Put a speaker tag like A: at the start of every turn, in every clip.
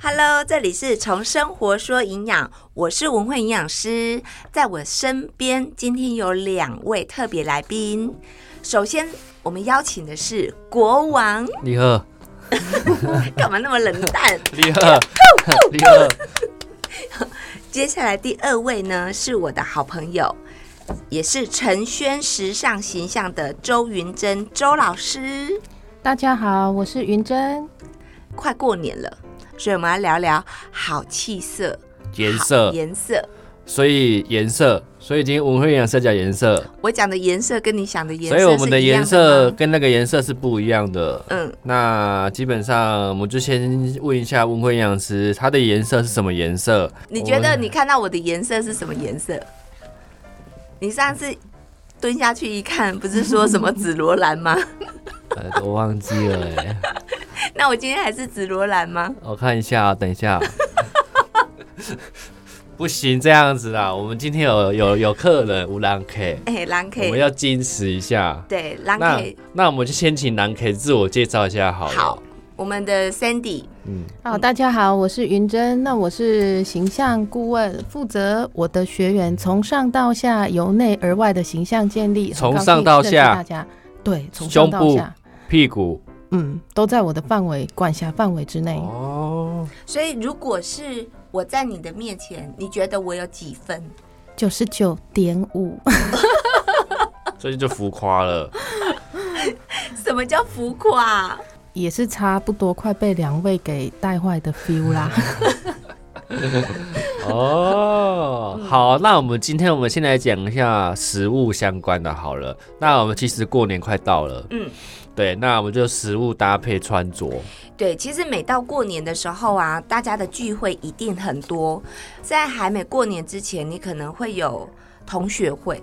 A: Hello，这里是从生活说营养，我是文慧营养师，在我身边今天有两位特别来宾。首先，我们邀请的是国王，
B: 你好，
A: 干嘛那么冷淡？
B: 你好，你好，
A: 接下来第二位呢，是我的好朋友，也是陈轩时尚形象的周云珍周老师。
C: 大家好，我是云珍。
A: 快过年了，所以我们来聊聊好气色、
B: 颜色
A: 好，颜色。
B: 所以颜色，所以今天文慧营养师讲颜色，
A: 我讲的颜色跟你想的颜色
B: 所
A: 是一
B: 以
A: 样
B: 我
A: 吗，
B: 们的颜色跟那个颜色是不一样的。
A: 嗯，
B: 那基本上，我们就先问一下文慧营养师，它的颜色是什么颜色？
A: 你觉得
B: 我
A: 你看到我的颜色是什么颜色？你上次蹲下去一看，不是说什么紫罗兰吗？
B: 呃，我忘记了哎，
A: 那我今天还是紫罗兰吗？
B: 我看一下，啊等一下。 不行，这样子啦，我们今天有有有客人，无兰 K，
A: 哎、蓝
B: 我们
A: K，
B: 要矜持一下。
A: 对，蓝
B: 那
A: K，
B: 那我们就先请南 K 自我介绍一下好了。
A: 好，我们的 Sandy，
B: 嗯，
C: 好，大家好，我是云珍。那我是形象顾问，负责我的学员从上到下，由内而外的形象建立。很
B: 从
C: 高兴
B: 上到
C: 认识
B: 下
C: 大家对，从
B: 胸
C: 上到
B: 部
C: 下，
B: 屁股
C: 嗯，都在我的范围管辖范围之内。
B: 哦，
A: 所以如果是我在你的面前，你觉得我有几分？
C: 九十九点五，
B: 这就浮夸了。
A: 什么叫浮夸？
C: 也是差不多快被两位给带坏的 feel 啦。
B: 哦，好，那我们今天我们先来讲一下食物相关的好了。那我们其实过年快到了，
A: 嗯，
B: 对，那我们就食物搭配穿着，
A: 对，其实每到过年的时候啊，大家的聚会一定很多。在还没过年之前，你可能会有同学会，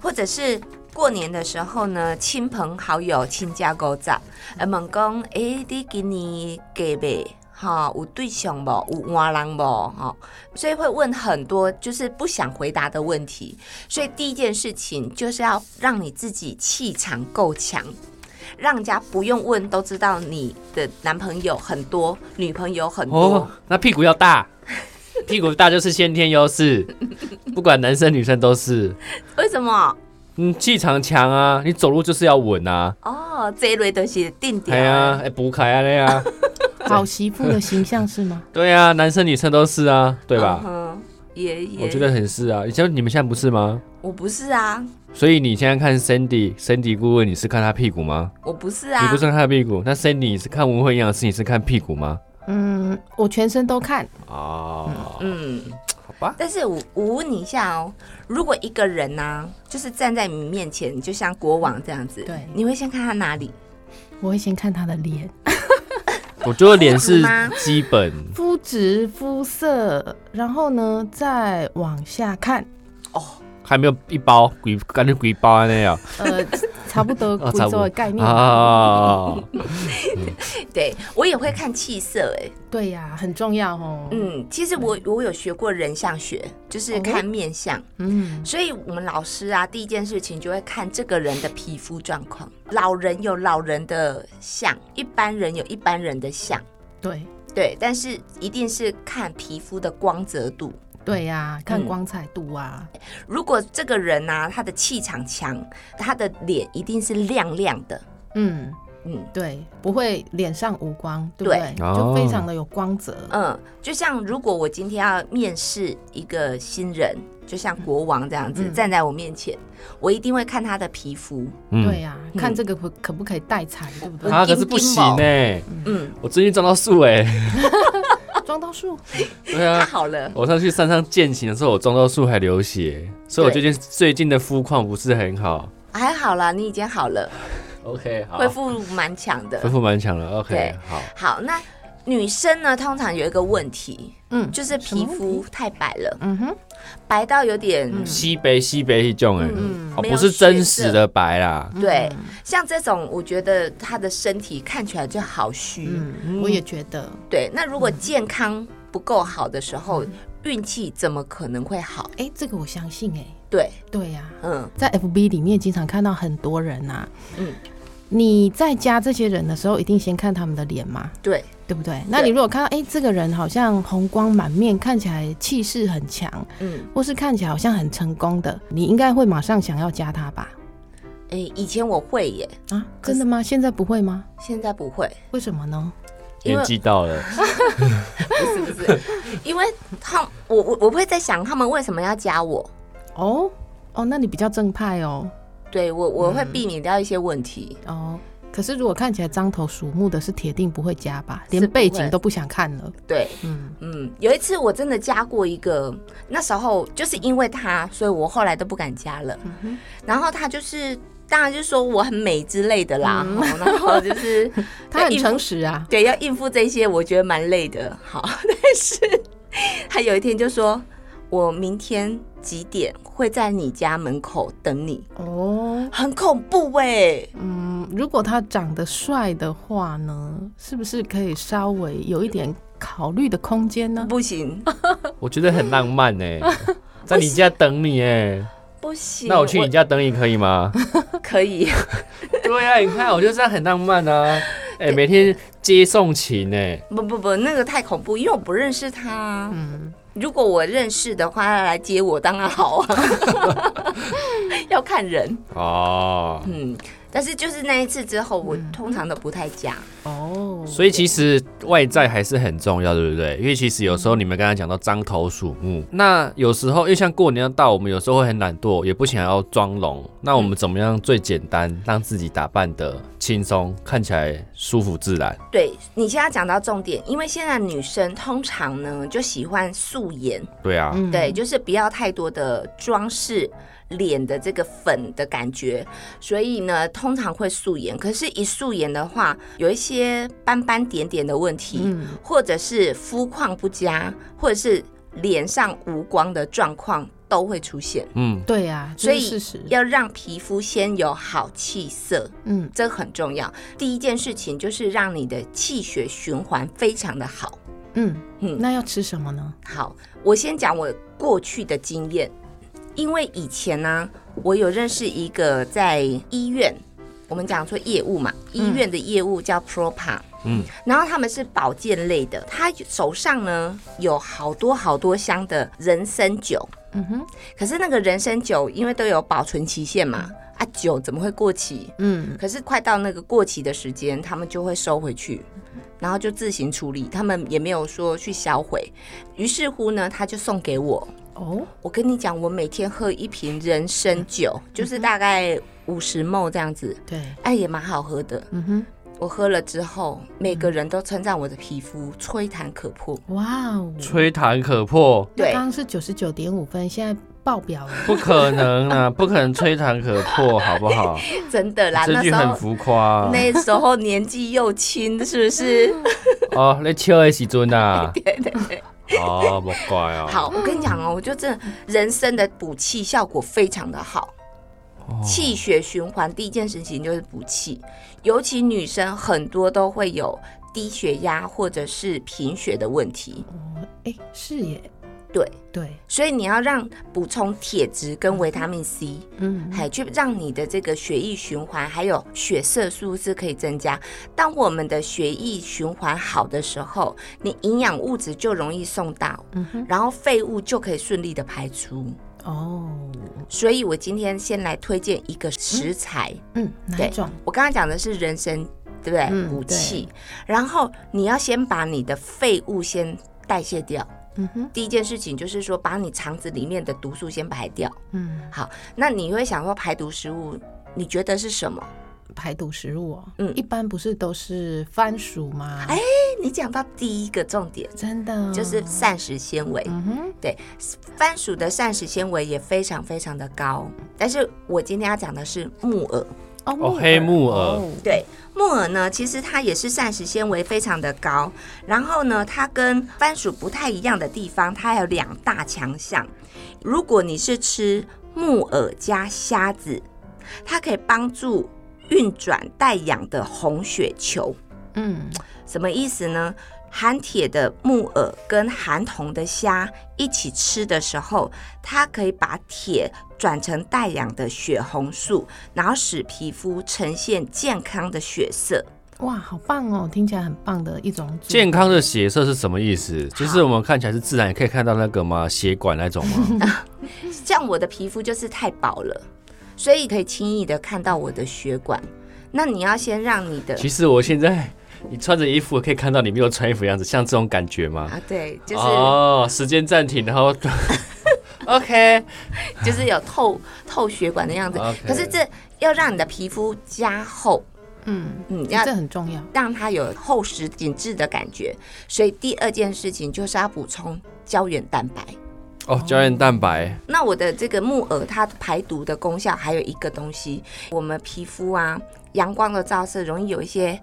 A: 或者是过年的时候呢，亲朋好友、亲家狗仔，呃，问讲，诶，你今年嫁未？哈、有对象不？有换人不？哈、所以会问很多就是不想回答的问题。所以第一件事情就是要让你自己气场够强，让人家不用问都知道你的男朋友很多，女朋友很多。
B: 哦，那屁股要大，屁股大就是先天优势，不管男生女生都是。
A: 为什么？
B: 嗯，气场强啊，你走路就是要稳啊，
A: 哦，这一类东西定点。
B: 哎呀，哎，补凯啊那样，
C: 好媳妇的形象是吗？
B: 对啊，男生女生都是啊，对吧
A: 嗯？哼也也，
B: 我觉得很是啊，你像你们现在不是吗？
A: 我不是啊，
B: 所以你现在看 Sandy，Sandy 顾问，你是看他屁股吗？
A: 我不是啊。
B: 你不是看他屁股，那 Sandy 你是看文慧营养师，你是看屁股吗？
C: 嗯，我全身都看。
B: 哦，
A: 嗯，
B: 好吧，
A: 但是我我问你一下哦，如果一个人呢、就是站在你面前，就像国王这样子，
C: 对
A: 你会先看他哪里？
C: 我会先看他的脸、
B: 我觉得脸
A: 肤
B: 是
A: 质吗
B: 基本，
C: 肤质、肤色，然后呢，再往下 看，
B: 还没有一包鬼，感觉鬼包那样
C: 呃，差不多
B: 哦
C: 贵
B: 差不多
C: 州的
A: 哎
C: 概
A: 嗯
C: 念。
B: 啊。
A: 对我也会看气色、哎，
C: 对呀、很重要哦。
A: 嗯，其实我我有学过人相学，就是
C: 哦
A: 看面相。
C: 嗯，
A: 所以我们老师啊，第一件事情就会看这个人的皮肤状况。老人有老人的相，一般人有一般人的相，
C: 对
A: 对。但是一定是看皮肤的光泽度。
C: 对呀、看
A: 嗯
C: 光彩度啊。
A: 如果这个人啊，他的气场强，他的脸一定是亮亮的，
C: 嗯，
A: 嗯
C: 对，不会脸上无光，对不对？
B: 对哦
C: 就非常的有光泽。
A: 嗯。就像如果我今天要面试一个新人，就像国王这样子、
C: 嗯
A: 站在我面前，我一定会看他的皮肤，
C: 对
B: 嗯，
C: 呀、
A: 嗯
C: 看这个可可不可以带彩，对不对？
B: 啊，可是不行呢，
A: 嗯，
B: 我最近撞到树哎，啊
C: 装到树，
B: 对
A: 太
B: 啊。
A: 好了。
B: 我上去山上践行的时候，我撞到树还流血，所以我最近最近的肤况不是很好。
A: 还好啦，你已经好了，
B: OK，好，
A: 恢复蛮强的
B: 恢。复蛮强了。OK，
A: 对
B: 好，
A: 好，那女生呢，通常有一个问题，
C: 嗯，
A: 就是皮肤太白了，
C: 嗯哼，
A: 白到有点、
B: 西北西北一种哎
A: 嗯，
B: 哦，
A: 没有
B: 不是真实的白啦。
C: 嗯
A: 对，像这种，我觉得她的身体看起来就好虚。
C: 嗯，我也觉得，
A: 对，那如果健康不够好的时候，运气怎么可能会好？
C: 哎、这个我相信、哎，
A: 对，
C: 对呀、
A: 嗯
C: 在 FB 里面经常看到很多人呐、
A: 嗯
C: 嗯，你在加这些人的时候，一定先看他们的脸嘛，
A: 对，
C: 对不对？那你如果看到，哎，这个人好像红光满面，看起来气势很强，
A: 嗯，
C: 或是看起来好像很成功的，你应该会马上想要加他吧？
A: 诶、以前我会耶，
C: 啊，真的吗？现在不会吗？
A: 现在不会，
C: 为什么呢？
A: 因为
B: 年纪 到了，
A: 不是不是，因为他我我我会在想他们为什么要加我，
C: 哦哦，那你比较正派哦
A: 对我我会避免掉一些问题，
C: 哦。可是如果看起来獐头鼠目的，是铁定不会加吧？连
A: 是不会
C: 背景都不想看了。
A: 对，
C: 嗯，
A: 嗯，有一次我真的加过一个，那时候就是因为他，所以我后来都不敢加了。
C: 哼
A: 然后他就是，当然就是说我很美之类的啦，吼然后就是
C: 嗯 他很
A: 应付
C: 诚实啊。
A: 对要应付这些，我觉得蛮累的。好， 但是他有一天就说，我明天几点会在你家门口等你，
C: 哦，
A: 很恐怖哎、
C: 嗯，如果他长得帅的话呢，是不是可以稍微有一点考虑的空间呢？
A: 不行
B: 我觉得很浪漫呢、 在你家等你哎、
A: 不行，
B: 那我去你家等你可以吗？
A: 可以，
B: 对啊，你看，我觉得这样很浪漫啊！哎、每天接送情哎、
A: 不不不，那个太恐怖，因为我不认识他啊、
C: 嗯，
A: 如果我认识的话，他来接我当然好啊， 要看人。
B: 哦，
A: 嗯，但是就是那一次之后，我通常都不太加。
C: 哦，
B: 所以其实外在还是很重要，对不对？因为其实有时候你们刚才讲到獐头鼠
A: 嗯
B: 目，那有时候因为像过年要到，我们有时候会很懒惰，也不想要妆容。那我们怎么样最简单让自己打扮的轻松，看起来舒服自然？
A: 对你现在讲到重点，因为现在女生通常呢就喜欢素颜，
B: 对啊，
C: 嗯
A: 对，就是不要太多的装饰脸的这个粉的感觉，所以呢通常会素颜。可是，一素颜的话，有一些斑斑点点的问题，
C: 嗯
A: 或者是肤况不佳，或者是脸上无光的状况都会出现。
B: 嗯，
C: 对呀、啊，
A: 所
C: 这
A: 以
C: 是事实。
A: 要让皮肤先有好气色，
C: 嗯，
A: 这很重要。第一件事情就是让你的气血循环非常的好。
C: 嗯
A: 嗯
C: 嗯，那要吃什么呢？
A: 好，我先讲我过去的经验，因为以前呢、我有认识一个在医院，我们讲说业务嘛，医院的业务叫 Propa，嗯，
B: 嗯
A: 然后他们是保健类的，他手上呢有好多好多箱的人参酒，
C: 嗯哼，
A: 可是那个人参酒因为都有保存期限嘛，啊酒怎么会过期？
C: 嗯，
A: 可是快到那个过期的时间，他们就会收回去，然后就自行处理，他们也没有说去销毁。于是乎呢，他就送给我。
C: 哦，
A: 我跟你讲，我每天喝一瓶人参酒，就是大概五十 ml 这样子，
C: 对，
A: 哎，也蛮好喝的。
C: 嗯哼，
A: 我喝了之后，每个人都称赞我的皮肤吹弹可破。
C: 哇哦，
B: 吹弹可破，
C: 那
A: 对
C: 刚刚是九十九点五分，现在爆表了。
B: 不可能啊，不可能吹弹可破，好不好？
A: 真的啦，
B: 这
A: 那
B: 句
A: 时
B: 很
A: 候
B: 浮夸、啊。
A: 那时候年纪又轻，是不是？
B: 哦，那笑的时阵啊，
A: 对对对。
B: 哦，莫怪哦。
A: 好，我跟你讲哦，我就这人参的补气效果非常的好，
B: 哦，
A: 气血循环第一件事情就是补气，尤其女生很多都会有低血压或者是贫血的问题，
C: 哦，哎，是耶，
A: 对，
C: 对，
A: 所以你要让补充铁质跟维他命 C，
C: 嗯，
A: 还去让你的这个血液循环还有血色素是可以增加。当我们的血液循环好的时候，你营养物质就容易送到，
C: 嗯哼，
A: 然后废物就可以顺利的排出。
C: 哦，
A: 所以我今天先来推荐一个食材，
C: 嗯，哪
A: 对
C: 一种？
A: 我刚刚讲的是人参，对不对？
C: 嗯
A: 补气，然后你要先把你的废物先代谢掉。
C: 嗯哼，
A: 第一件事情就是说，把你肠子里面的毒素先排掉。
C: 嗯，
A: 好，那你会想说排毒食物，你觉得是什么？
C: 排毒食物哦，
A: 嗯
C: 一般不是都是番薯吗？
A: 哎哎，你讲到第一个重点，
C: 真的哦
A: 就是膳食纤维。
C: 嗯哼，
A: 对，番薯的膳食纤维也非常非常的高，但是我今天要讲的是木耳。
C: 哦，
B: 哦黑木耳
C: 哦，
A: 对，木耳呢，其实它也是膳食纤维非常的高。然后呢，它跟番薯不太一样的地方，它有两大强项。如果你是吃木耳加虾子，它可以帮助运转带氧的红血球。
C: 嗯，
A: 什么意思呢？含铁的木耳跟含铜的虾一起吃的时候，它可以把铁转成带氧的血红素，然后使皮肤呈现健康的血色。
C: 哇，好棒哦，听起来很棒的一种组合
B: 健康的血色是什么意思？就是我们看起来是自然，也可以看到那个吗？血管那 种吗？
A: 像我的皮肤就是太薄了，所以可以轻易的看到我的血管。那你要先让你的
B: 其实我现在你穿着衣服可以看到你没有穿衣服的样子，像这种感觉吗？
A: 啊，对，就是、
B: 哦，时间暂停，然后 OK，
A: 就是有透透血管的样子。
B: OK
A: 可是这要让你的皮肤加厚，
C: 嗯，
A: 嗯，要
C: 这很重要。
A: 让它有厚实紧致的感觉。所以第二件事情就是要补充胶原蛋白。
B: 哦，胶原蛋白
A: 那我的这个木耳，它排毒的功效还有一个东西，我们皮肤啊，阳光的照射容易有一些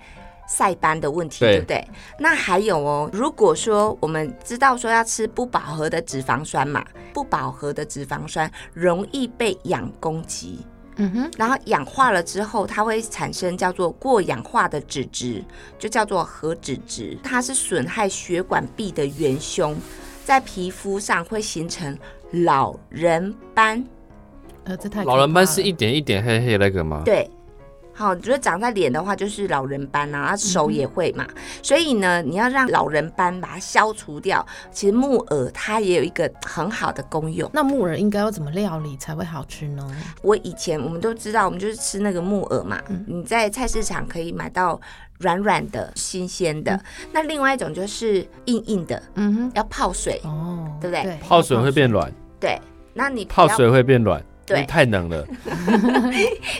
A: 晒斑的问题，
B: 对
A: 对不对？那还有哦，如果说我们知道说要吃不饱和的脂肪酸嘛，不饱和的脂肪酸容易被氧攻击，
C: 嗯哼，
A: 然后氧化了之后，它会产生叫做过氧化的脂质，就叫做核脂质，它是损害血管壁的元凶，在皮肤上会形成老人斑。
C: 呃，这太
B: 老人斑
C: 可怕
B: 是一
C: 了
B: 点一点黑黑那个吗？
A: 哦对，好，如果长在脸的话，就是老人斑啊，啊手也会嘛。所以呢，你要让老人斑把它消除掉。其实木耳它也有一个很好的功用。
C: 那木耳应该要怎么料理才会好吃呢？
A: 我以前我们都知道，我们就是吃那个木耳嘛，你在菜市场可以买到软软的、新鲜的。那另外一种就是硬硬的，
C: 嗯
A: 要泡水。
C: 哼，哦，
A: 对不对
B: 泡水会变软，
A: 对，那你不
B: 泡
A: 要
B: 水会变软，
A: 对
B: 因为太 冷了。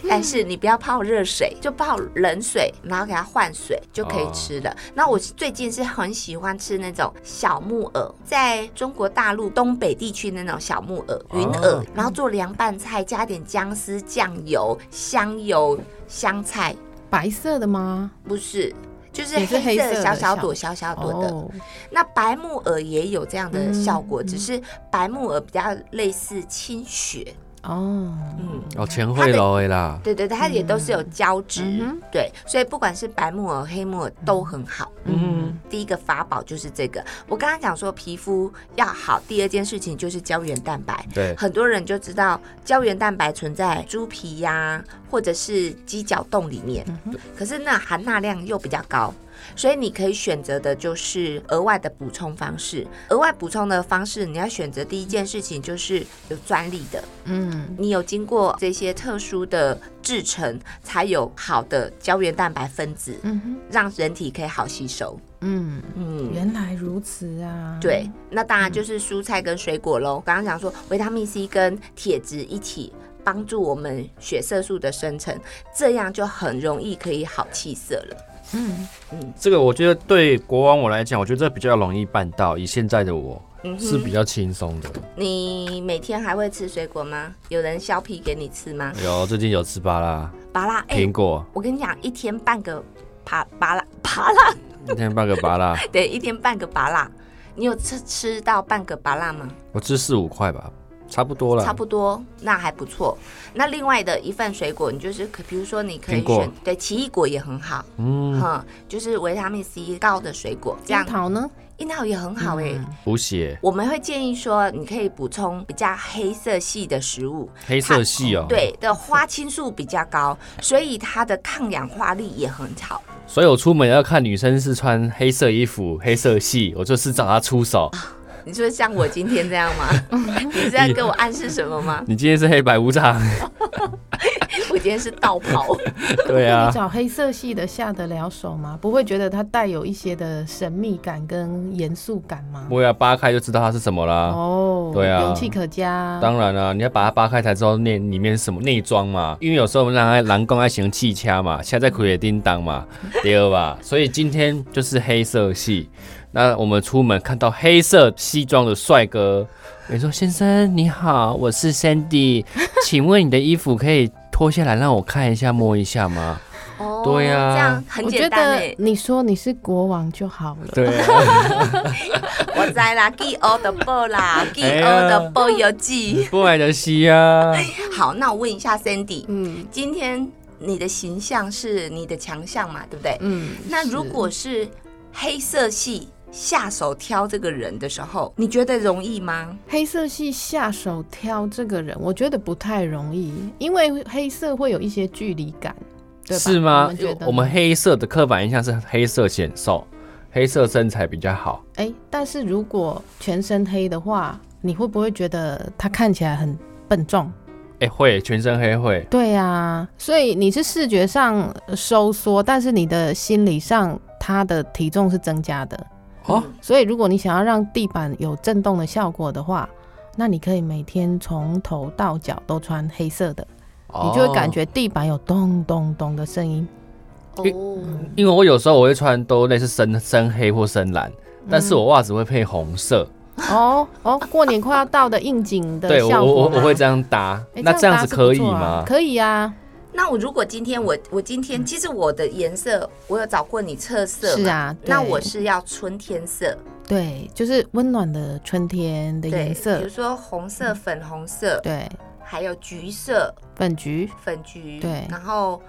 A: 但是你不要泡热水，就泡冷水，然后给它换水就可以吃了。那我最近是很喜欢吃那种小木耳，在中国大陆东北地区那种小木耳、云耳，
B: 哦
A: 然后做凉拌菜，加点姜丝、酱油、香油、香菜，
C: 白色的吗？
A: 不是。就是
C: 也是
A: 黑
C: 黑色
A: 色
C: 的
A: 小小朵、
C: 小哦
A: 小小朵的，，那白木耳也有这样的效果，只是白木耳比较类似清血，
C: 哦，
A: 嗯，
B: 哦，钱会楼的啦，
A: 对对对，它也都是有胶质，
C: 嗯
A: 对，所以不管是白木耳、黑木耳都很好。
B: 嗯，
A: 第一个法宝就是这个。我刚刚讲说皮肤要好，第二件事情就是胶原蛋白。
B: 对，
A: 很多人就知道胶原蛋白存在猪皮呀、或者是鸡脚冻里面，
C: 嗯
A: 可是那含钠量又比较高，所以你可以选择的就是额外的补充方式。额外补充的方式，你要选择第一件事情就是有专利的，
C: 嗯，
A: 你有经过这些特殊的制成，才有好的胶原蛋白分子，
C: 嗯哼，
A: 让人体可以好吸收。
C: 嗯，
A: 嗯。
C: 原来如此啊，
A: 对，，那当然就是蔬菜跟水果喽。刚刚讲说维他命 C 跟铁质一起帮助我们血色素的生成，这样就很容易可以好气色了。
C: 嗯，
B: 这个我觉得对国王我来讲，我觉得这比较容易办到。以现在的我
A: 嗯
B: 是
A: 哼，
B: 比较轻松的。
A: 你每天还会吃水果吗？有人削皮给你吃吗？
B: 有最近有吃芭啦，
A: 芭拉，哎、
B: 苹果，
A: 我跟你讲，一天半个芭芭拉芭拉，
B: 一天半个芭 啦，
A: 对，一天半个芭拉。你有吃吃到半个芭拉吗？
B: 我吃四五块吧，差不多了。
A: 差不多，那还不错。那另外的一份水果，你就是可，比如说你可以
B: 苹果
A: 选对奇异果也很好，
B: 嗯，
A: 哈、就是维他命 C 高的水果，这
C: 樱
A: 样
C: 桃呢？
A: 樱桃也很好哎、
B: 补血，
A: 我们会建议说，你可以补充比较黑色系的食物，
B: 黑色系哦。，
A: 对的花青素比较高，所以它的抗氧化力也很好。
B: 所以我出门要看女生是穿黑色 衣服、黑色系，我就是找她出手。
A: 你说像我今天这样 吗？你是在跟我暗示什么吗？
B: 你今天是黑白无常，
A: 我今天是倒跑，
B: 对
C: 那
B: 啊
C: 你，找黑色系的下得了手吗？不会觉得它带有一些的神秘感跟严肃感吗？
B: 我要扒开就知道它是什么啦。
C: 哦，
B: 对啊
C: 勇气可嘉。
B: 当然啊啦、你要把它扒开才知道内里面是什么内装嘛，因为有时候我们让它蓝光爱行气掐嘛，现在苦也叮当 嘛，对吧？所以今天就是黑色系。那我们出门看到黑色西装的帅哥，你说先生你好，我是 Sandy，请问你的衣服可以脱下来让我看一下摸一下吗？
A: 哦
B: 对啊
A: 这样很
C: 我觉
A: 简单哎、
C: 得你说你是国王就好了。
B: 对、
C: 啊
A: 我知啦，记欧的报 啦，记
B: 哎
A: 欧
B: 呀
A: 的报游记。
B: 不买得西啊。
A: 好，那我问一下 Sandy，
C: 嗯
A: 今天你的形象是你的强项嘛，对不对？
C: 嗯，
A: 那
C: 是
A: 如果是黑色系下手挑这个人的时候，你觉得容易吗？
C: 黑色系下手挑这个人，我觉得不太容易，因为黑色会有一些距离感，对吧？
B: 是吗
C: 我们？
B: 因
C: 觉
B: 为
C: 得
B: 我们黑色的刻板印象是黑色显瘦，黑色身材比较好。
C: 哎、但是如果全身黑的话，你会不会觉得他看起来很笨重？
B: 哎、会全身黑会，
C: 对呀、所以你是视觉上收缩，但是你的心理上他的体重是增加的。
B: 哦
A: 嗯
C: 所以如果你想要让地板有震动的效果的话，那你可以每天从头到脚都穿黑色的，
B: 哦
C: 你就会感觉地板有咚咚咚的声音。
A: 哦，
B: 因为我有时候我会穿都类似深深黑或深蓝，
C: 嗯
B: 但是我袜子会配红色，
C: 哦哦，过年快要到的应景的
B: 对我
C: 效
B: 我
C: 果
B: 我
C: 吗
B: 我会这样搭。
C: 哎
B: 那这样
C: 搭
B: 子
C: 是
B: 可
C: 不
B: 以
C: 错啊
B: 吗？
C: 可以啊，
A: 那我如果今天我我今天其实我的颜色我有找过你测色，
C: 是，啊，对
A: 那我是要春天色
C: 对，就是温暖的春天的
A: 对，
C: 颜
A: 比
C: 色嗯
A: 如，说红色、粉红色，
C: 对，
A: 还有橘色、
C: 粉橘，
A: 粉橘，
C: 对
A: 然后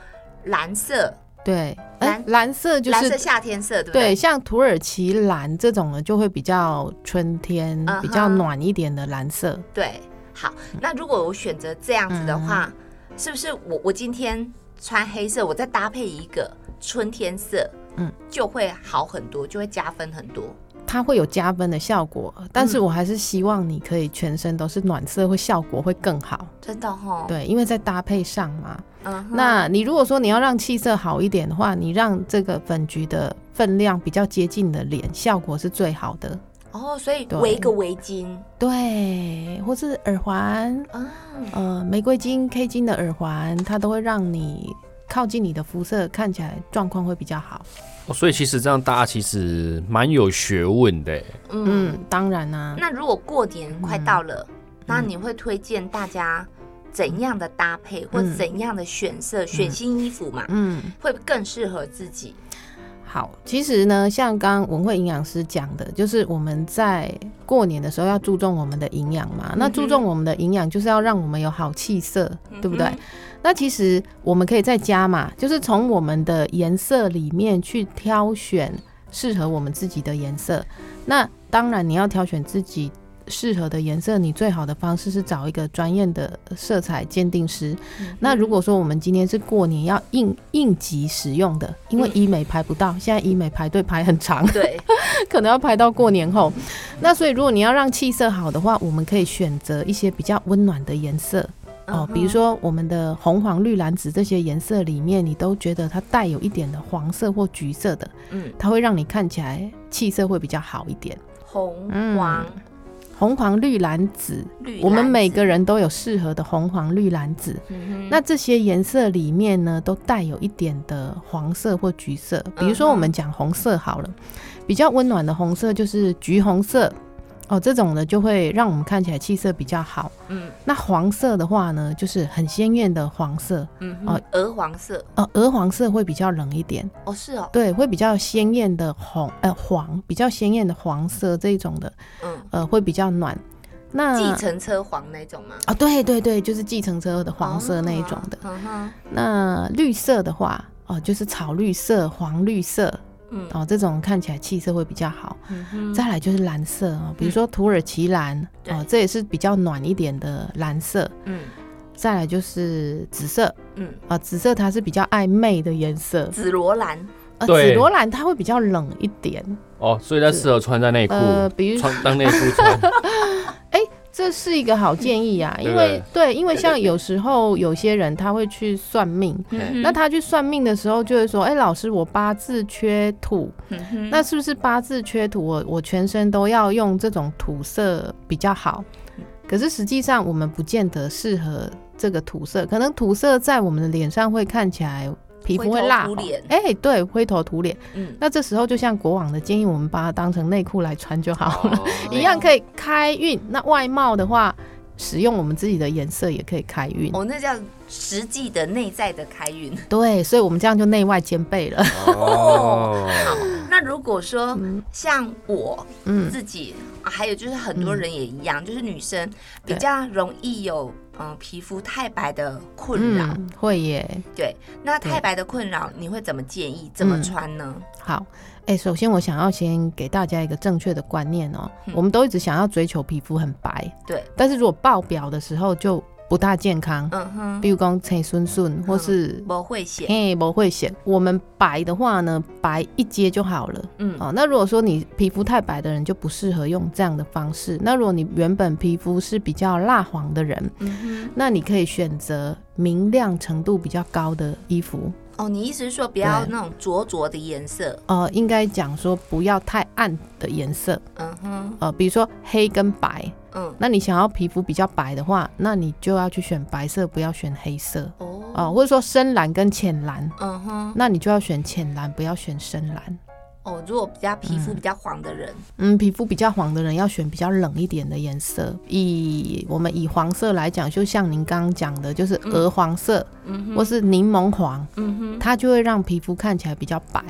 A: 蓝色，
C: 对，哎
A: 蓝，
C: 蓝色就
A: 蓝色
C: 是
A: 夏天色，对不
C: 对，
A: 对？
C: 像土耳其蓝这种呢，就会比较春天
A: 嗯哼，
C: 比较暖一点的蓝色。
A: 对，好，那如果我选择这样子的
C: 嗯
A: 话，是不是我我今天穿黑色，我再搭配一个春天色，
C: 嗯，
A: 就会好很多，就会加分很多。
C: 它会有加分的效果，但是我还是希望你可以全身都是暖色，会效果会更好。
A: 真的哈、哦，，
C: 对，因为在搭配上嘛。
A: 嗯哼，
C: 那你如果说你要让气色好一点的话，你让这个粉橘的分量比较接近你的脸，效果是最好的。
A: 哦，所以
C: 对
A: 围一个围巾
C: 对，或是耳环，
A: 啊，
C: 呃，玫瑰金、K 金的耳环，它都会让你靠近你的肤色，看起来状况会比较好。
B: 哦所以其实这样搭其实蛮有学问的耶。
A: 嗯，
C: 嗯，当然啦、
A: 那如果过年快到了，那你会推荐大家怎样的搭配或
C: 嗯
A: 怎样的选色？选新衣服嘛，
C: 嗯，
A: 会更适合自己。
C: 好，其实呢，像刚刚文慧营养师讲的，就是我们在过年的时候要注重我们的营养嘛。那注重我们的营养，就是要让我们有好气色，对不对？
A: 嗯
C: 那其实我们可以在家嘛，就是从我们的颜色里面去挑选适合我们自己的颜色。那当然，你要挑选自己适合的颜色，你最好的方式是找一个专业的色彩鉴定师。
A: 嗯
C: 那如果说我们今天是过年要应应急使用的，因
A: 嗯
C: 为医美排不到，现在医美排队排很长，
A: 对，
C: 可能要排到过年后。那所以如果你要让气色好的话，我们可以选择一些比较温暖的颜色。
A: 嗯
C: 哦，
A: 哼
C: 比如说我们的红、黄、绿、蓝、紫这些颜色里面，你都觉得它带有一点的黄色或橘色的，
A: 嗯，
C: 它会让你看起来气色会比较好一点。
A: 红、
C: 嗯
A: 黄、
C: 红、黄、绿、蓝、紫，
A: 绿，
C: 我们每个
A: 人，
C: 人都有适合的红、黄、绿、蓝、紫。
A: 嗯哼
C: 那这些颜色里面呢，都带有一点的黄色或橘色。
A: 嗯
C: 比如说，我们讲红色好了，比较温暖的红色就是橘红色，哦，这种呢就会让我们看起来气色比较好。
A: 嗯
C: 那黄色的话呢，就是很鲜艳的黄色，
A: 嗯
C: 哦
A: 哼，鹅黄色，
C: 呃，鹅黄色会比较冷一点，
A: 哦是哦，
C: 对，会比较鲜艳的红，呃，黄比较鲜艳的黄色这种的，
A: 嗯，
C: 呃，会比较暖。那
A: 计程车黄那种吗？
C: 啊、对对对，就是计程车的黄色那一种的。
A: 哦，嗯哼，
C: 那绿色的话，哦、就是草绿色、黄绿色，
A: 嗯
C: 哦、这种看起来气色会比较好。
A: 嗯哼，
C: 再来就是蓝色啊、哦比如说土耳其蓝，
A: 对
C: 哦、这也是比较暖一点的蓝色。
A: 嗯
C: 再来就是紫色，
A: 嗯，
C: 啊、紫色它是比较暧昧的颜色，
A: 紫罗兰，
C: 呃，
B: 对
C: 紫罗兰它会比较冷一点，
B: 哦，所以它适合穿在内裤，
C: 呃，比如
B: 穿当内裤 穿。
C: 这是一个好建议
A: 嗯
C: 啊，
B: 对
C: 因
B: 不
C: 为对，因为像有时候有些人他会去算命，
B: 嗯
C: 那他去算命的时候就会说，哎、老师，我八字缺土，
A: 嗯
C: 那是不是八字缺土，我我全身都要用这种土色比较好？可是实际上我们不见得适合这个土色，可能土色在我们的脸上会看起来皮肤会蜡
A: 灰头
C: 红
A: 土脸，
C: 哎、对，灰头土脸。
A: 嗯
C: 那这时候就像国王的建议，我们把它当成内裤来穿就好了，
B: 哦
C: 一样可以开运。那外貌的话，使用我们自己的颜色也可以开运。
A: 哦，那叫实际 的内在的开运。
C: 对，所以我们这样就内外兼备了。
B: 哦，
A: 那那如果说
C: 嗯
A: 像我
C: 嗯，
A: 自己，啊还有就是很多
C: 嗯
A: 人也一样，就是女生比
C: 对
A: 较容易有嗯皮肤太白的困扰。
C: 嗯，会耶。
A: 对，那太白的困扰你会怎么建议？怎么
C: 嗯
A: 穿呢？
C: 好，哎、首先我想要先给大家一个正确的观念哦、
A: 嗯
C: 我们都一直想要追求皮肤很白，
A: 对，
C: 但是如果爆表的时候就不大健康，
A: 嗯哼，
C: 比如讲青顺顺或是
A: 我会写，
C: 嘿不会显。我们白的话呢，白一接就好了。
A: 嗯
C: 哦，那如果说你皮肤太白的人就不适合用这样的方式。那如果你原本皮肤是比较蜡黄的人，
A: 嗯
C: 那你可以选择明亮程度比较高的衣服。
A: 哼，哦，你意思是说不要
C: 对
A: 那种灼灼的颜色？
C: 呃，应该讲说不要太暗的颜色。
A: 嗯哼，
C: 呃，比如说黑跟白，
A: 嗯，
C: 那你想要皮肤比较白的话，那你就要去选白色，不要选黑色。
A: 哦，
C: 哦、或者说深蓝跟浅蓝，
A: 嗯哼，
C: 那你就要选浅蓝，不要选深蓝。
A: 哦，如果比较皮肤比较黄的人，
C: 嗯，皮肤比较黄的人要选比较冷一点的颜色。以我们以黄色来讲，就像您刚刚讲的，就是
A: 嗯
C: 鹅黄色、
A: 嗯哼，
C: 或是柠檬黄，
A: 嗯哼，
C: 它就会让皮肤看起来比较白，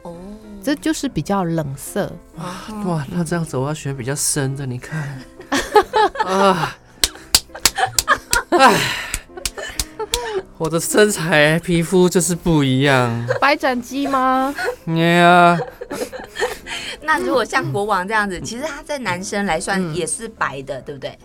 A: 哦，
C: 这就是比较冷色。
A: 嗯哼
B: 哇，那这样子我要选比较深的，你 看啊，唉，我的身材皮肤就是不一样，
C: 白斩鸡吗？
B: 哎呀，
A: 那如果像国王这样子，其实他在男生来算也是白的，对不对？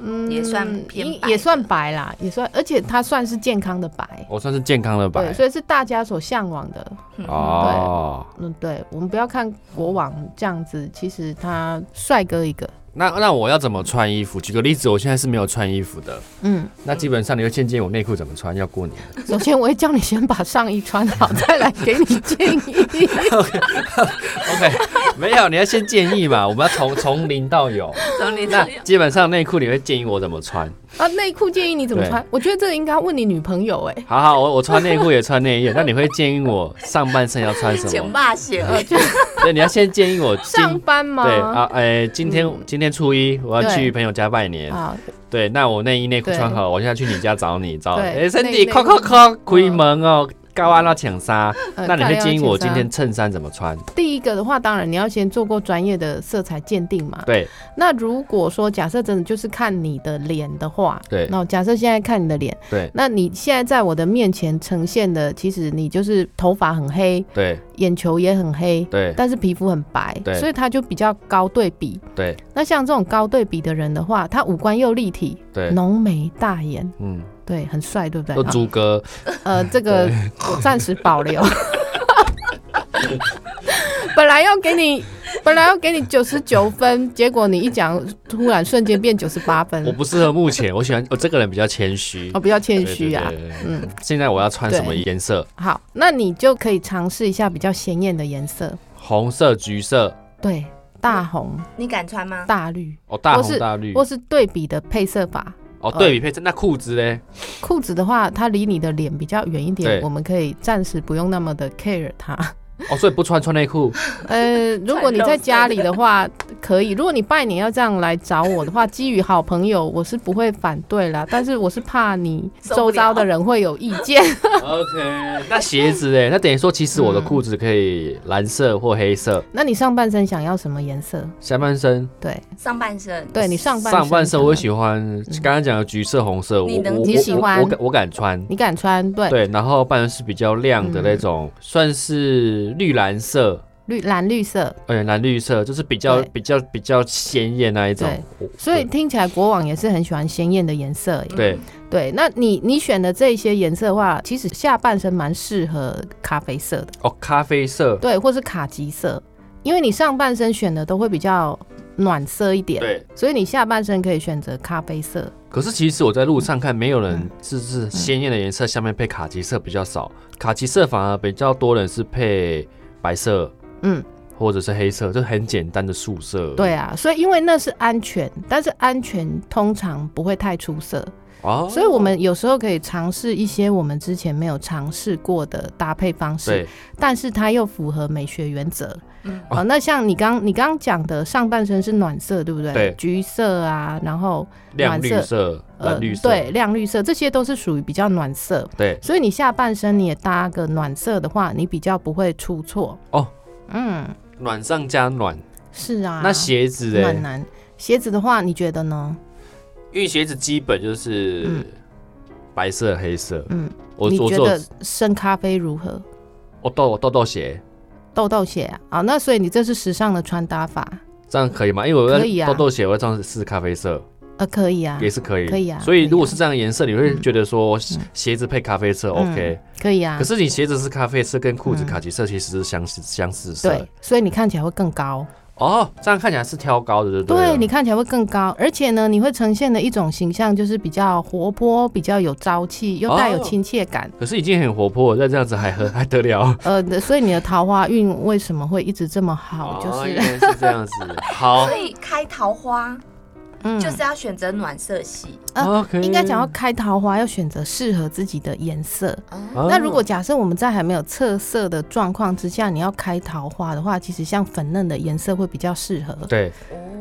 C: 嗯
A: 也算偏
C: 也
A: 白
C: 也
A: 的
C: 算白啦，也算，而且它算是健康的白，
B: 我算是健康的吧
C: 对，？所以是大家所向往的。
A: 嗯
B: 哦，
C: 嗯，对，我们不要看国王这样子，其实他帅哥一个，
B: 那那我要怎么穿衣服？举个例子，我现在是没有穿衣服的，
C: 嗯，
B: 那基本上你会渐渐我内裤怎么穿，要过 年了。
C: 首先我会叫你先把上衣穿好， 再来给你建议。
B: OK，没有，你要先建议嘛，我们要从从零到 有。
A: 从你
B: 那基本上内裤你会建议我怎么穿？
C: 啊，内裤建议你怎么穿？我觉得这个应该要问你女朋友、哎，
B: 好好，我我穿内裤也穿内衣， 那你会建议我上半身要穿什
A: 剪
B: 么？
A: 发鞋，
C: 呃，就
B: 对，你要先建议我今
C: 上班吗？嗯
B: 对啊，哎，今天今天初一我要
C: 对
B: 去朋友家拜年，
C: 啊，
B: 对，那我内衣内裤
C: 对
B: 穿好了，我现在去你家找你，找
C: 对
B: 哎身
C: 内
B: 体
C: 衣内
B: 扣
C: 裤嗯
B: 扣扣开门哦，高安那抢纱，
C: 呃
B: 那你会建议我今
C: 看要
B: 天
C: 不
B: 衬衫怎么穿？
C: 要第一个的话，当然你要先做过专业的色彩鉴定嘛。
B: 对
C: 那如果说假设真的就是看你的脸的话，
B: 对
C: 那我假设现在看你的脸，
B: 对
C: 那你现在在我的面前呈现的，其实你就是头发很黑，
B: 对
C: 眼球也很黑，
B: 对
C: 但是皮肤很白
B: 对，
C: 所以它就比较高对比。
B: 对
C: 那像这种高对比的人的话，他五官又立体，
B: 对，
C: 浓眉大眼，
B: 嗯，
C: 对，很帅，对不对？
B: 都猪哥，
C: 啊呃，这个我暂时保留。 本来要给你，本来要给你九十九分，结果你一讲，突然瞬间变九十八分
B: 我，不适合目前，我喜欢我这个人比较谦虚
C: 嗯哦，，比较谦
B: 对
C: 虚啊。。
B: 对对对
C: 嗯，
B: 现在我要穿什么
C: 对
B: 颜色？
C: 好，那你就可以尝试一下比较鲜艳的颜色，
B: 红色、橘色，
C: 对，大红、
A: 你敢穿吗？
C: 大绿，
B: 哦，大
C: 或
B: 红
C: 是
B: 大绿
C: 或，是对比的配色法。
B: 哦，对比配色。那裤子嘞？
C: 裤子的话，它离你的脸比较远一
B: 对
C: 点，我们可以暂时不用那么的 care 它。
B: 哦，所以不穿穿内 裤。
C: 呃，如果你在家里的话，可以；如果你拜年要这样来找我的话，基于好朋友，我是不会反对啦。但是我是怕你周遭的人会有意 见。
B: OK，那鞋子嘞？那等于说，其实我的裤子可以蓝色或黑色，
C: 那你上半身想要什么颜色？
B: 下半身。
C: 对，
A: 上半身，
C: 对你上半
B: 上半身我
C: 会
B: 会喜
C: 嗯
B: 欢，刚刚讲的橘色、红色，我
A: 你能
B: 我
A: 你
B: 我
C: 喜欢
B: 我敢我敢穿。
C: 你敢穿？对，
B: 对，然后半身是比较亮
C: 嗯
B: 的那种，算是绿蓝色，
C: 绿蓝绿色。
B: 呃，蓝绿色，就是比较
C: 对
B: 比较比较鲜艳那一种
C: 对。
B: 我
C: 所以听起来国王也是很喜欢鲜艳的颜色耶。
B: 对，
C: 对，那你你选的这些颜色的话，其实下半身蛮适合咖啡色的，
B: 哦，咖啡色，
C: 对，或是卡其色，因为你上半身选的都会比较暖色一点，
B: 对。
C: 所以你下半身可以选择咖啡色。
B: 可是其实我在路上看，没有
C: 嗯
B: 人是是鲜艳的颜色下面配卡其色比较少，卡其色反而比较多人是配白色
C: 嗯，
B: 或者是黑色，就很简单的素色。
C: 对，啊，所以因为那是安全，但是安全通常不会太出色，
B: 哦，
C: 所以我们有时候可以尝试一些我们之前没有尝试过的搭配方式
B: 对，
C: 但是它又符合美学原则。
A: 嗯
C: 哦，那像你刚你刚刚讲的上半身是暖色，对不对？
B: 对
C: 橘色啊，然后
B: 亮
C: 暖
B: 绿
C: 色呃
B: 色、蓝绿色，
C: 对，亮绿色，这些都是属于比较暖色。
B: 对
C: 所以你下半身你也搭个暖色的话，你比较不会出错。
B: 哦，
C: 嗯，
B: 暖上加暖。
C: 是啊。
B: 那鞋子哎、
C: 暖啊男鞋子的话，你觉得呢？
B: 因为鞋子基本就是
C: 嗯
B: 白色、黑色。
C: 嗯，
B: 我
C: 你
B: 我
C: 觉
B: 做
C: 得深咖啡如何？
B: 我豆我豆豆鞋，
C: 豆豆鞋啊，啊，那所以你这是时尚的穿搭法，
B: 这样可以吗？因为我
C: 可以
B: 要
C: 啊
B: 豆豆鞋，我要这样是咖啡色，
C: 呃，可以啊
B: 也，是可以。
C: 可以啊
B: 所以
C: 可以啊
B: 如果是这样的颜色，你会觉得说鞋子配咖啡色 OK，
C: 可以啊
B: 可，是你鞋子是咖啡色，跟裤子
C: 嗯
B: 卡其色其实是相似相似色
C: 对。，所以你看起来会更高，
B: 哦，这样看起来是挑高的，对不啊对了？
C: 对你看起来会更高，而且呢，你会呈现的一种形象就是比较活泼，比较有朝气，又带有
B: 哦
C: 亲切感。
B: 可是已经很活泼了，再这样子还和 还得了？
C: 呃，所以你的桃花运为什么会一直这么好？就
B: 哦
C: 是
B: 原来是这样子。好
A: 所以开桃花
C: 嗯
A: 就是要选择暖色系。
C: 呃
B: ，OK，
C: 应该讲要开桃花，要选择适合自己的颜色。
A: 哦，
B: 哦
C: 那如果假设我们在还没有测色的状况之下，你要开桃花的话，其实像粉嫩的颜色会比较适合。
B: 对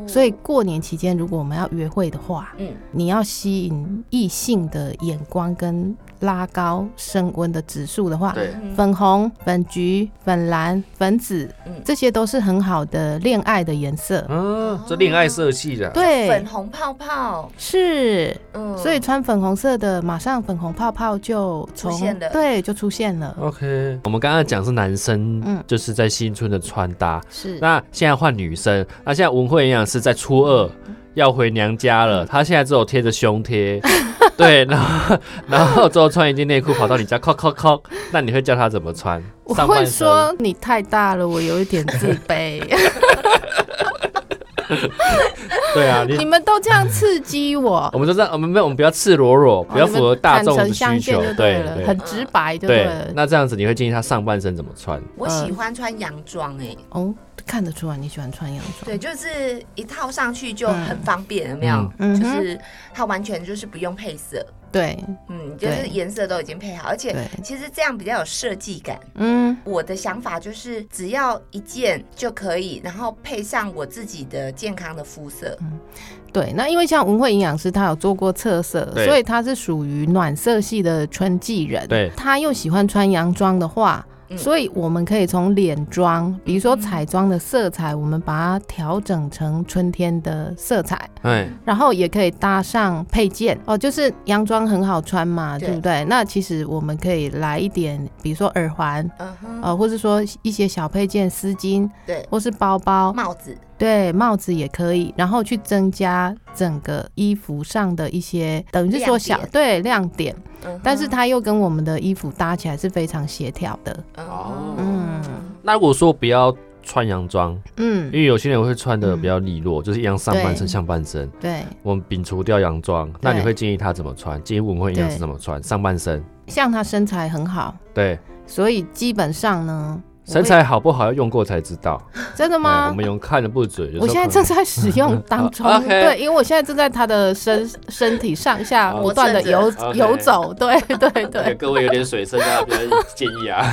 C: 所以过年期间，如果我们要约会的话，
A: 哦嗯，
C: 你要吸引异性的眼光跟拉高升温的指数的话，
B: 对
A: 嗯
C: 粉红、粉橘、粉蓝、粉紫
A: 嗯，
C: 这些都是很好的恋爱的颜色。
B: 嗯，这恋爱色系
A: 粉
B: 的，
C: 哦对，
A: 红泡泡，
C: 是。
A: 嗯，
C: 所以穿粉红色的，马上粉红泡泡就从
A: 出现了
C: 对，就出现了。
B: 哦 OK，我们刚刚讲是男生，
C: 嗯
B: 就是在新春的穿搭。
C: 是，
B: 那现在换女生，那现在文慧营养师在初二
C: 嗯
B: 要回娘家了，她现在只有贴着胸 贴，对，然后然后之后穿一件内裤跑到你家，扣扣扣，那你会教她怎么穿？
C: 我
B: 上半
C: 会
B: 身
C: 说你太大了，我有一点自 卑。
B: 对啊，
C: 你
B: 你
C: 们都这样刺激我
B: 我，们都知道，我们没有，我们不要赤裸裸， 不要符合大众的
C: 哦坦诚相
B: 需
C: 见
B: 求
C: 就，
B: 对
C: 了，
B: 对
C: 很直白就
B: 对。
C: 了。
B: 那这样子，你会建议她上半身怎么穿？
A: 我喜欢穿洋装哎，
C: 哦，看得出来你喜欢穿洋装。
A: 对，就是一套上去就很方便，有没有？
C: 嗯
A: 就
C: 哼，
A: 是它完全就是不用配色，
C: 对
A: 嗯，就是
C: 对
A: 颜色都已经配好，而且
C: 对，
A: 其实这样比较有设计感。
C: 嗯
A: 我的想法就是只要一件就可以，然后配上我自己的健康的肤色。
C: 对。那因为像文慧营养师，她有做过测色，
B: 对
C: 所以她是属于暖色系的春季人。
B: 对
C: 她又喜欢穿洋装的话。
A: 嗯
C: 所以我们可以从脸妆，比如说彩妆的色彩，我们把它调整成春天的色彩。
B: 哎，
C: 然后也可以搭上配件哦，就是洋装很好穿嘛，
A: 对
C: 对不对？那其实我们可以来一点，比如说耳环，
A: 嗯哼，
C: 呃，或是说一些小配件、丝巾，
A: 对，
C: 或是包包，
A: 帽子，
C: 对，帽子也可以，然后去增加整个衣服上的一些，等于是说小
A: 亮点
C: 对亮点，
A: 嗯哼
C: 但是它又跟我们的衣服搭起来是非常协调的，
A: 哦，
C: 嗯
B: 那如果说不要穿洋装，因
C: 嗯，
B: 为有些人会穿的比较利落，就是一样上半身、
C: 对
B: 下半身。
C: 对。
B: 我们摒除掉洋装，那你会建议他怎么穿？建议我们会营养师
C: 对
B: 怎么穿？上半身，
C: 像她身材很好，
B: 对，
C: 所以基本上呢，我会
B: 身材好不好要用过才知道。
C: 真的
B: 哎
C: 吗
B: 我？们用看的不准。有时候
C: 我现在
B: 可
C: 正
B: 能哦
C: 在使 用当中，
B: OK
C: 对，因为我现在正在他的身身体上下
B: 哦
C: 不断的游
B: 趁着 OK
C: 游走，对对
B: 对
C: 对，
B: 哎各位有点水深，大家不要建议 啊。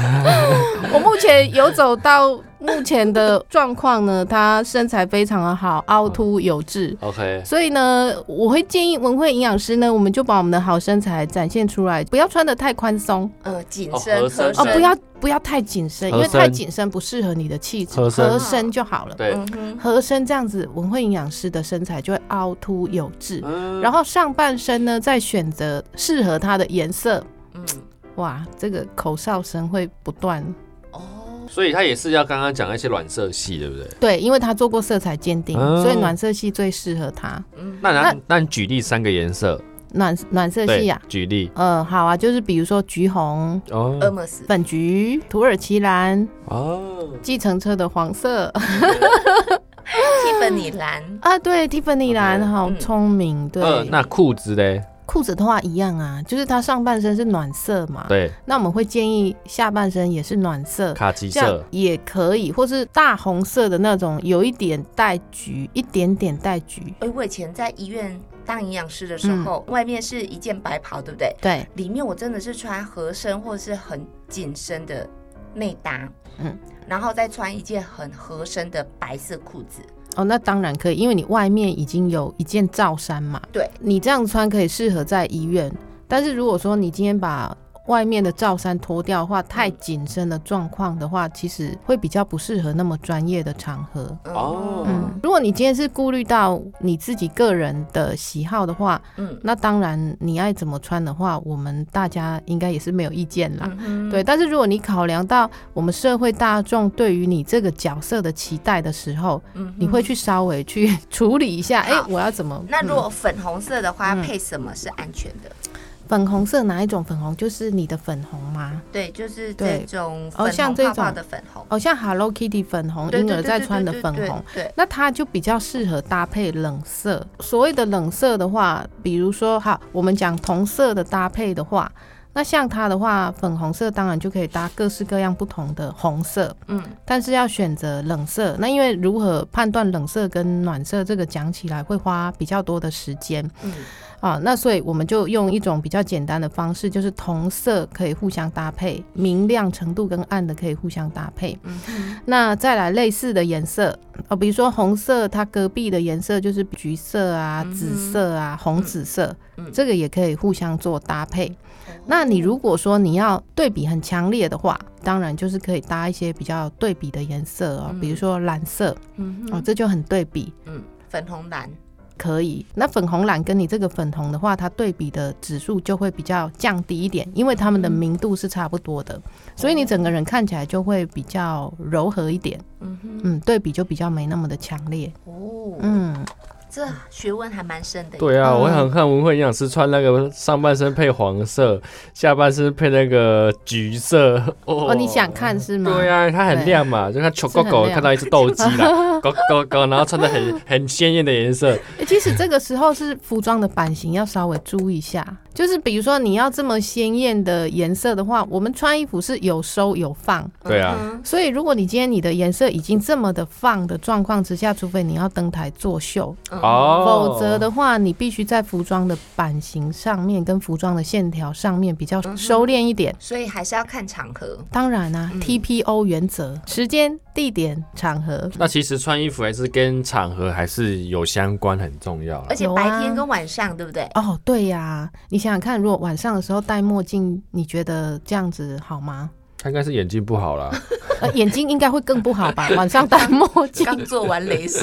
C: 我目前游走到目前的状况呢，他身材非常的好，凹凸有致。
B: OK，
C: 所以呢，我会建议文慧营养师呢，我们就把我们的好身材展现出来，不要穿的太宽松
A: 呃，紧
B: 哦
A: 身
B: 合身
A: 合
C: 哦，
A: 身，嗯
C: 不要不要太紧身，因为
B: 合身
C: 太紧身不适合你的气质，
B: 合身
C: 合身就好了。
B: 对，
A: 嗯哼，
C: 合身这样子，文慧营养师的身材就会凹凸有致。
B: 嗯
C: 然后上半身呢，再选择适合它的颜色。
A: 嗯，
C: 哇，这个口哨声会不断。
A: 哦，
B: 所以他也是要刚刚讲那些暖色系，对不对？
C: 对，因为它做过色彩鉴定，
B: 哦
C: 所以暖色系最适合它。
A: 嗯，
B: 那那
C: 那
B: 那你举例三个颜色，
C: 暖暖色系
B: 对
C: 啊，，
B: 举例
C: 呃，好啊，就是比如说橘红、
A: 阿
B: 哦
C: 嗯
A: 莫斯，
C: 粉橘、土耳其蓝、
B: 哦，
C: 计程车的黄色
A: 蒂芬妮蓝，
C: 啊，对，Tiffany 蓝，
B: OK，
C: 好
A: 嗯
C: 聪明。
B: 呃，
C: 对，
B: 那裤子嘞？
C: 裤子的话一样啊，就是它上半身是暖色嘛，
B: 对，
C: 那我们会建议下半身也是暖色，
B: 卡其
C: 这样
B: 色，
C: 也可以，或是大红色的那种，有一点带橘，一点点带橘。
A: 哎，我以前在医院当营养师的时
C: 嗯
A: 候，外面是一件白袍，对不对？
C: 对，
A: 里面我真的是穿合身或是很紧身的内搭，嗯
C: 嗯，
A: 然后再穿一件很合身的白色裤子，
C: 哦，那当然可以，因为你外面已经有一件罩衫嘛。
A: 对，
C: 你这样穿可以适合在医院，但是如果说你今天把外面的罩衫脱掉的话，太紧身的状况的话，其实会比较不适合那么专业的场合。
B: 哦
C: 嗯，如果你今天是顾虑到你自己个人的喜好的话，
A: 嗯
C: 那当然你爱怎么穿的话，我们大家应该也是没有意见啦。
A: 嗯，
C: 对，但是如果你考量到我们社会大众对于你这个角色的期待的时候，
A: 嗯哼
C: 你会去稍微去 处理一下，哎、
A: 好
C: 我要怎么？
A: 那如
C: 嗯
A: 果粉红色的话，
C: 嗯
A: 配什么是安全的？
C: 粉红色哪一种粉红？就是你的粉红吗？
A: 对，就是这
C: 对
A: 种
C: 哦
A: 粉
C: 像
A: 红
C: 这
A: 泡泡
C: 种
A: 的粉红，
C: 哦，像 Hello Kitty 粉红，
A: 对
C: 哦婴
A: 对
C: 儿
A: 对
C: 在
A: 对
C: 穿的
A: 对
C: 粉
A: 对
C: 红，
A: 对，
C: 那它就比较适合搭配冷色。所谓的冷色的话，比如说哈，我们讲同色的搭配的话，那像它的话，粉红色当然就可以搭各式各样不同的红色，
A: 嗯
C: 但是要选择冷色。那因为如何判断冷色跟暖色，这个讲起来会花比较多的时间
A: 嗯
C: 啊。那所以我们就用一种比较简单的方式，就是同色可以互相搭配，明亮程度跟暗的可以互相搭配。
A: 嗯哼
C: 那再来类似的颜色哦，比如说红色，它隔壁的颜色就是橘色啊、
A: 嗯哼
C: 紫色啊、红紫色，
A: 嗯哦
C: 这个也可以互相做搭配。那你如果说你要对比很强烈的话，当然就是可以搭一些比较对比的颜色哦，
A: 嗯
C: 比如说蓝色
A: 嗯
C: 哦，
A: 哼
C: 这就很对比。
A: 嗯，粉红蓝，
C: 可以，那粉红蓝跟你这个粉红的话，它对比的指数就会比较降低一点，因为它们的
A: 嗯
C: 明度是差不多的，所以你整个人看起来就会比较柔和一点。
A: 嗯哼
C: 嗯，对比就比较没那么的强烈。
A: 哦，
C: 嗯，
A: 这学问还蛮深的，，
B: 对啊，
C: 嗯
B: 我想看文慧营养师穿那个上半身配黄色，下半身配那个橘色。哦
C: 哦，你想？看是吗？
B: 对啊，它很
C: 对
B: 亮嘛，就看球狗
C: 是很
B: 狗
C: 亮
B: 看到一只斗鸡 啦，狗狗狗，然后穿的很很鲜艳的颜色。
C: 诶。其实这个时候是服装的版型要稍微注意一下，就是比如说你要这么鲜艳的颜色的话，我们穿衣服是有收有放。
B: 对啊
A: 嗯
C: 所以，如果你今天你的颜色已经这么的放的状况之下，除非你要登台作秀，
A: 哼，
B: 哦，
C: 否则的话，你必须在服装的版型上面跟服装的线条上面比较
A: 哼
C: 收敛一点。
A: 所以还是要看场合，
C: 当然啦、
A: 嗯
C: t p o 原则：时间、地点、场合。
B: 那其实穿衣服还是跟场合还是有相关，很重要啊
A: 而。且
C: 有
A: 白
C: 啊
A: 天跟晚上，对不 对？
C: 哦，对呀、你想想看，如果晚上的时候戴墨镜，你觉得这样子好吗？
B: 他应该是眼睛不 好啦，
C: 呃，眼睛应该会更不好吧？晚上戴墨镜
A: 刚做完镭射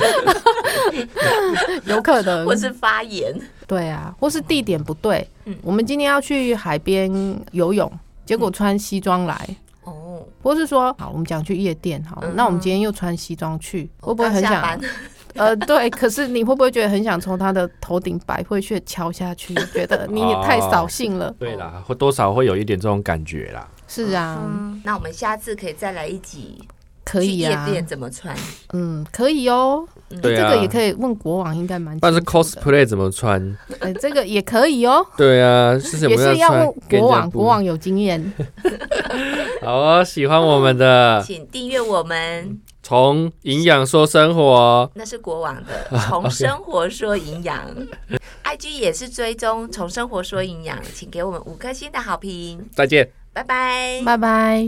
C: 有可能
A: 或，是发炎，
C: 对啊，或是地点不对。
A: 嗯
C: 我们今天要去海边游泳，结果穿西装来。
A: 哦，
C: 或是说，好，我们讲去夜店好了，
A: 嗯哦
C: 那我们今天又穿西装去，会不会
A: 刚
C: 很
A: 下
C: 想
A: 班？
C: 呃，对， 可是你会不会觉得很想从他的头顶百会穴敲下去？觉得你
B: 啊
C: 也太扫兴了。
B: 对啦，会多少会有一点这种感觉啦。
C: 是啊，
A: 嗯，那我们下次可以再来一集，
C: 可以啊
A: 去夜，店嗯怎么穿？
C: 嗯，可以哦。
B: 对
C: 这
B: 啊，
C: 个也可以问国王，应该蛮。
B: 但是 cosplay 怎么穿？
C: 呃，这个也可以哦，
B: 对啊，是怎
C: 也
B: 么
C: 是
B: 样
C: 要
B: 穿
C: 问？国
B: 跟人家
C: 王，
B: 不
C: 国王有经验。
B: 好哦，喜欢我们的
A: 请订阅我们，
B: 嗯从营养说生活，
A: 那是国王 的
B: 啊
A: 从生活说营养。IG 也是追踪从生活说营养，请给我们五颗星的好评，
B: 再见。
A: 拜拜。
C: 拜拜。